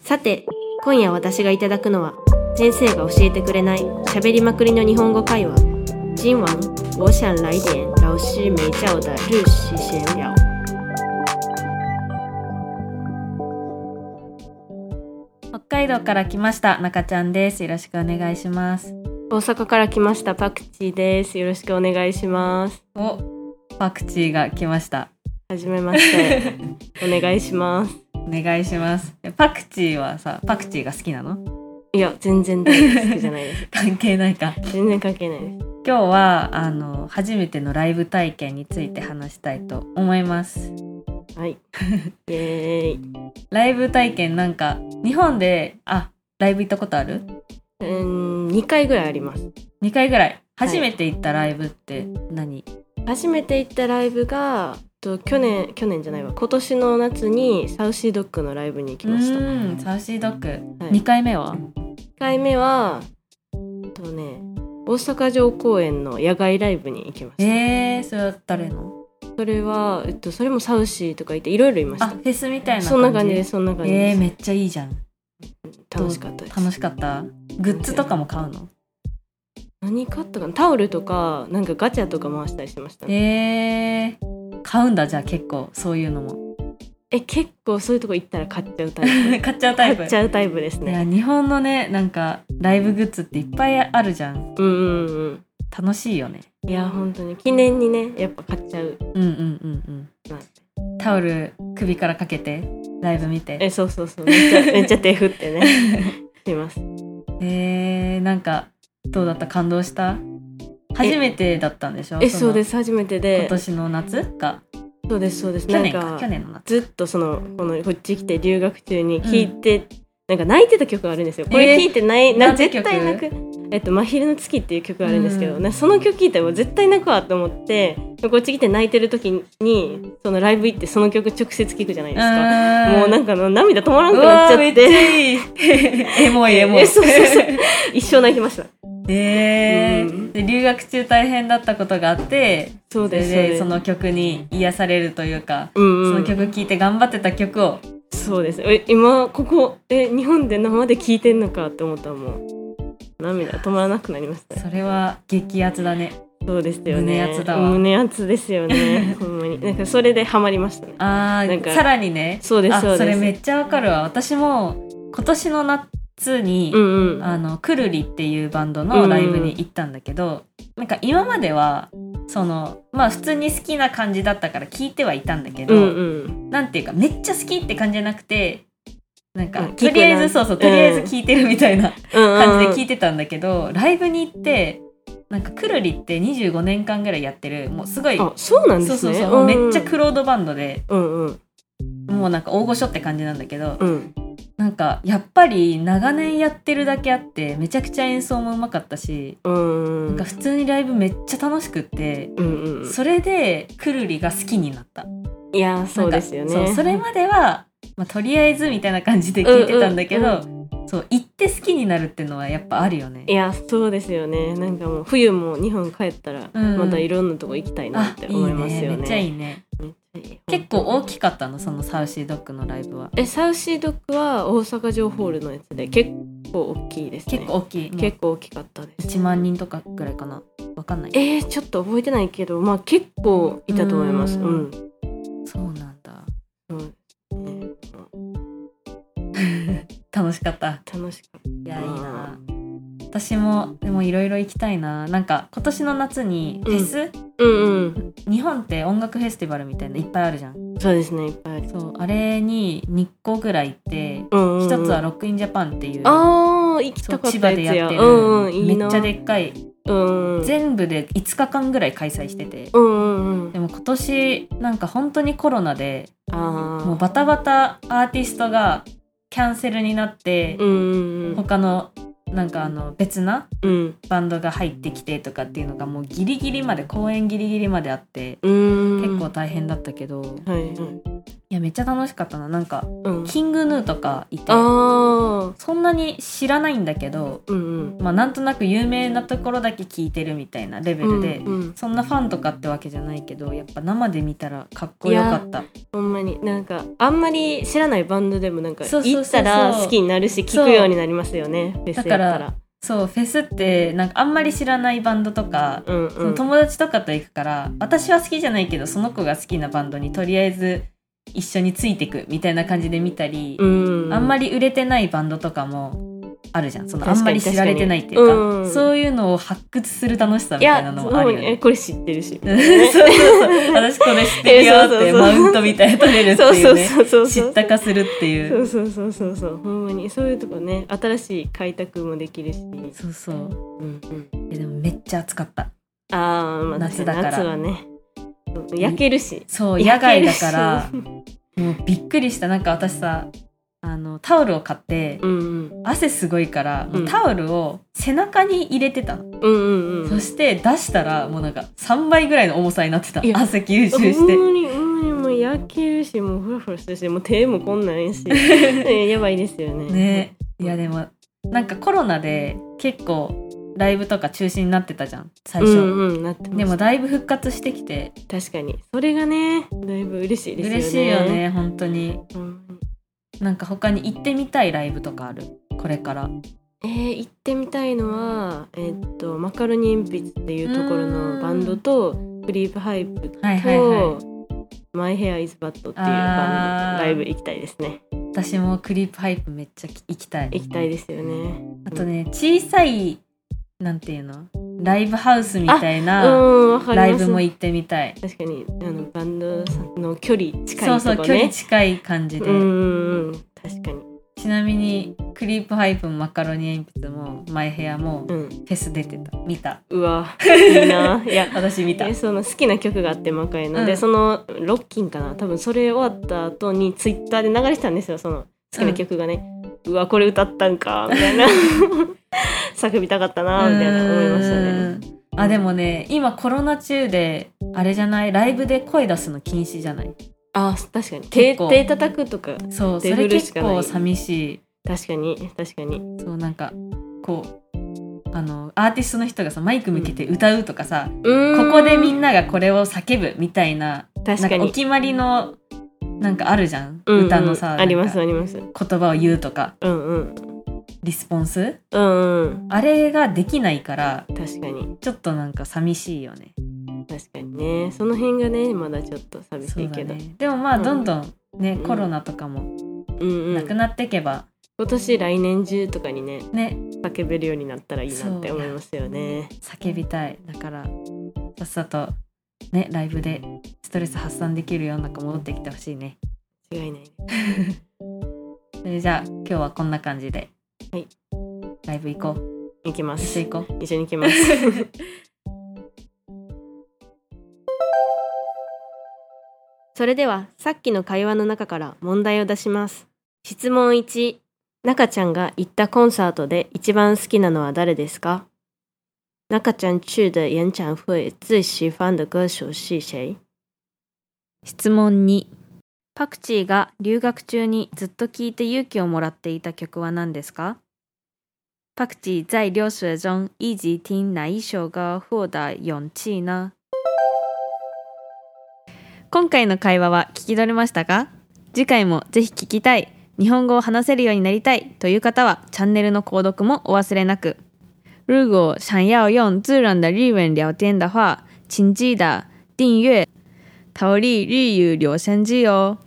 さて今夜私がいただくのは先生が教えてくれない喋りまくりの日本語会話今晚我想来点老师没教的日式闲聊北海道から来ました中ちゃんですよろしくお願いします大阪から来ましたパクチーですよろしくお願いしますおパクチーが来ましたはじめまして お願いしますお願いしますえパクチーはさパクチーが好きなのいや全然大好きじゃないです関係ないか全然関係ないです今日はあの初めてのライブ体験について話したいと思いますはいイエーイライブ体験なんか日本であライブ行ったことあるうーん2回ぐらいあります2回ぐらい初めて行ったライブって何、初めて行ったライブがと去年去年じゃないわ今年の夏にサウシードッグのライブに行きましたう1ーんサウシードッグ、はい2回目は回目はえっとね大阪城公園の野外ライブに行きました、えー、それは誰のそれは、えっと、それもサウシーとかいていろいろいましあフたェスみたいな感じそんな感じですそんな感じえでー、す、めっちゃいいじゃん楽しかったです楽しかったグッズとかも買うの何買ったかなタオルとかなんかガチャとか回したりしてましたねえー、買うんだじゃあ結構そういうのも え結構そういうとこ行ったら買っちゃうタイプ買っちゃうタ イ買プっちゃうタイプですいやね日本のねなんかライブグッズっていっぱいあるじゃんうんうんうん楽しいよねいや本当に記念にねやっぱ買っちゃううんうんうんなんてうんタオル首からかけてライブ見てえそうそうそうめっ ちゃめっちゃ手振ってねしますえー、なんかどうだった感動した初めてだったんでしょえそうですす初めて今で年の夏かそうですそうです去なん年かか去年の夏ずっとそのこのこっち来て留学中に聴いて、なんか泣いてた曲があるんですよこれえー聴いてない、ななんて絶曲対泣くえっと「真昼の月」っていう曲があるんですけど、うんなその曲聴いたらもう絶対泣くわと思ってこっち来て泣いてる時にそのライブ行ってその曲直接聴くじゃないですか、もうなんかあの涙止まらうなくなっわちーゃめっっちてゃいい エモいエモい えそうそう そう一生泣きましたえーうんで留学中大変だったことがあってそうそれですでそそうですの曲に癒されるというか、うんうんその曲聴いて頑張ってた曲をそうですえ今ここえ日本で生で聴いてんのかって思ったらもう涙止まらなくなりましたそれは激アツだねそうですよね胸熱だわ胸熱ですよ ねほんまになんかそれでハマりましたねあなんーかさらにねそうですあそうですそれめっちゃわかるわ私も今年の夏に、うんうんあのくるりっていうバンドのライブに行ったんだけど、なんか今まではそのまあ普通に好きな感じだったから聞いてはいたんだけうど、んうんなんていうかめっちゃ好きって感じじゃなくてなんか、うん聞くとなりあえずそうそうとりあえず聞いてるみたいな感じで聞いててたんだけど、ライブに行ってなんかくるりって25年間ぐらいやってるもうすごいあそうなんでそうすそうねそう、んめっちゃクロードバンドでうんうんもうなんか大御所って感じなんだけど、うんなんかやっぱり長年やってるだけあってめちゃくちゃ演奏もうまかったし、うんなんか普通にライブめっちゃ楽しくって、うんうんそれでくるりが好きになった。いやーそうですよなんかねそうそれまでは、まあ、とりあえずみたいな感じで聞いてたんだけど、そう行って好きになるってのはやっぱあるよねい。やそうですよねなんかもう冬も日本帰ったらうんまたいろんなとこ行きたいなあって思いますよねいいねめっちゃいいね。結構大きかったのそのサウシードッグのライブは。えサウシードッグは大阪城ホールのやつで結構大きいですね結構大きい。もう結構大きかったです1万人とかぐらいかな。わかんない。えー、ちょっと覚えてないけどまあ結構いたと思いますううんんそうなんだ。そうね楽しかった。楽しかっいやいいうんな。私もでもいろいろ行きたいな。なんか今年の夏にフェス、たうんうん日本って音楽フェスティバルみたいないっぱいあるじゃん。そうですねいっぱいあるそうあれに2個ぐらい行って。うんうん一つはロロックインジャパンっていうあー行きそたうかっ千た葉でやつややってうんうんいるいめなっちゃでっかいうんうん全部で5日間ぐらい開催しててうんうんうでんも今年なんか本当にコロナであーもうバタバタアーティストがキャンセルになってうんうん他のなんかあの別なうんバンドが入ってきてとかっていうのがもうギリギリまで公演ギリギリまであってうん結構大変だったけどはいはいいやめっちゃ楽しかったななんかうんキングヌーとかいてああそんなに知らないんだけど、うんうんまあ、なんとなく有名なところだけ聞いてるみたいなレベルで、うんうんそんなファンとかってわけじゃないけどやっぱ生で見たらかっこよかったほんまになんかあんまり知らないバンドでもなんかそうそうそう行そっうたら好きになるし聞くようになりますよねフェスやっただからそうフェスってなんかあんまり知らないバンドとか、うんそのうん友達とかと行くから私は好きじゃないけどその子が好きなバンドにとりあえず一緒についてくみたいな感じで見たり、うんあんまりり売れてないバンドとかもあるじゃんそのあ確んかまにり知られてないっていうか確かにうんそういうのを発掘する楽しさみいたいやなのそもあうるよにえね。これ知ってるしみたい そうそうそう私これ知ってるよっえてそうそうそうマウントみたいな取れるってそういそううねそうそう知そうったかするっていそううそうそうそうそうほんまにそういうとこね新しい開拓もできるし、うそうそうんうん、いやでもめっちゃ暑かったあー、まあ夏だから夏はねそう焼けるしそう野外だから焼けるしもうびっくりしたなんか私さあのタオルを買ってうんうん汗すごいから、もううんタオルを背中に入れてたのうんうんうんそして出したらもうなんか3倍ぐらいの重さになってたいや汗吸収ほしんてまにほんまにもう焼けるしもうフラフラしてるしもう手もこんなんや し、ねやばいですよねねいやでもなんかコロナで結構ライブとか中止になってたじゃん最初、うんうんなってますでもだいぶ復活してきて確かにそれがねだいぶ嬉しいですよね嬉しいよね本当にほんまになんか他に行ってみたいライブとかあるこれからえー行ってみたいのは、えーっとマカロニ鉛筆っていうところうーんのバンドとクリープハイプと、はいはいはマイヘアイズバットっていうバンあードライブ行きたいですね私もクリープハイプめっちゃ行きたい行きたいですよねあとね小さいなんていうのライブハウスみたいうなんわかりますライブも行ってみたい確かにあのバンドさんの距離近いとこそねうそう距離近い感じで、うんうんうん確かにちなみにクリープハイプもマカロニ鉛筆もマイヘアもうフんェス出てた見たうわいい ないや私見たえその好きな曲があって魔界の、うんでそのロッキンかな多分それ終わった後にツイッターで流れてたんですよその好きな曲がね、うわこれ歌ったん かみたいな叫びたかったなみたいな思いましたねねあでもね今コロナ中であれじゃないライブで声出すの禁止じゃないあ確かに手結構手叩くとかそうそテーブれル結しかない構寂しい確かに確かにそうなんかこうあのアーティストの人がさマイク向けて歌うとかさ、ここでみんなながこれを叫ぶみたいなな確んかかおに決まりのなんかあるじゃん、うんうん歌のさありますなあんかります言葉を言うとかうんうんリスポンスうんうんあれができないから確かにちょっとなんか寂しいよね。確かにねその辺がねまだちょっと寂しそういだけどう,、ね、でもまあうんどんどんね、うんコロナとかもんうなんくなっていけば今年来年中とかにねね叫べるようになったらいいなって思いますよね。叫びたいだからさっさとねライブでストレス発散できる世の中戻ってきてほしいね。違いない。それじゃあ今日はこんな感じで、はい、ライブ行こう行きま一す緒。行こう。一緒に行きます。 それではさっきの会話の中から問題を出します。質問1。中ちゃんが行ったコンサートで一番好きなのは誰ですか中ちゃん去的演唱会最喜欢的歌手是谁質問2パクチーが留学中にずっと聴いて勇気をもらっていた曲は何ですかパクチー在留学中一直听哪一首歌获得勇气呢今回の会話は聞き取れましたか次回もぜひ聞きたい日本語を話せるようになりたいという方はチャンネルの購読もお忘れなく如果想要用自然的日文聊天的话请记得订阅逃离日语留声机哦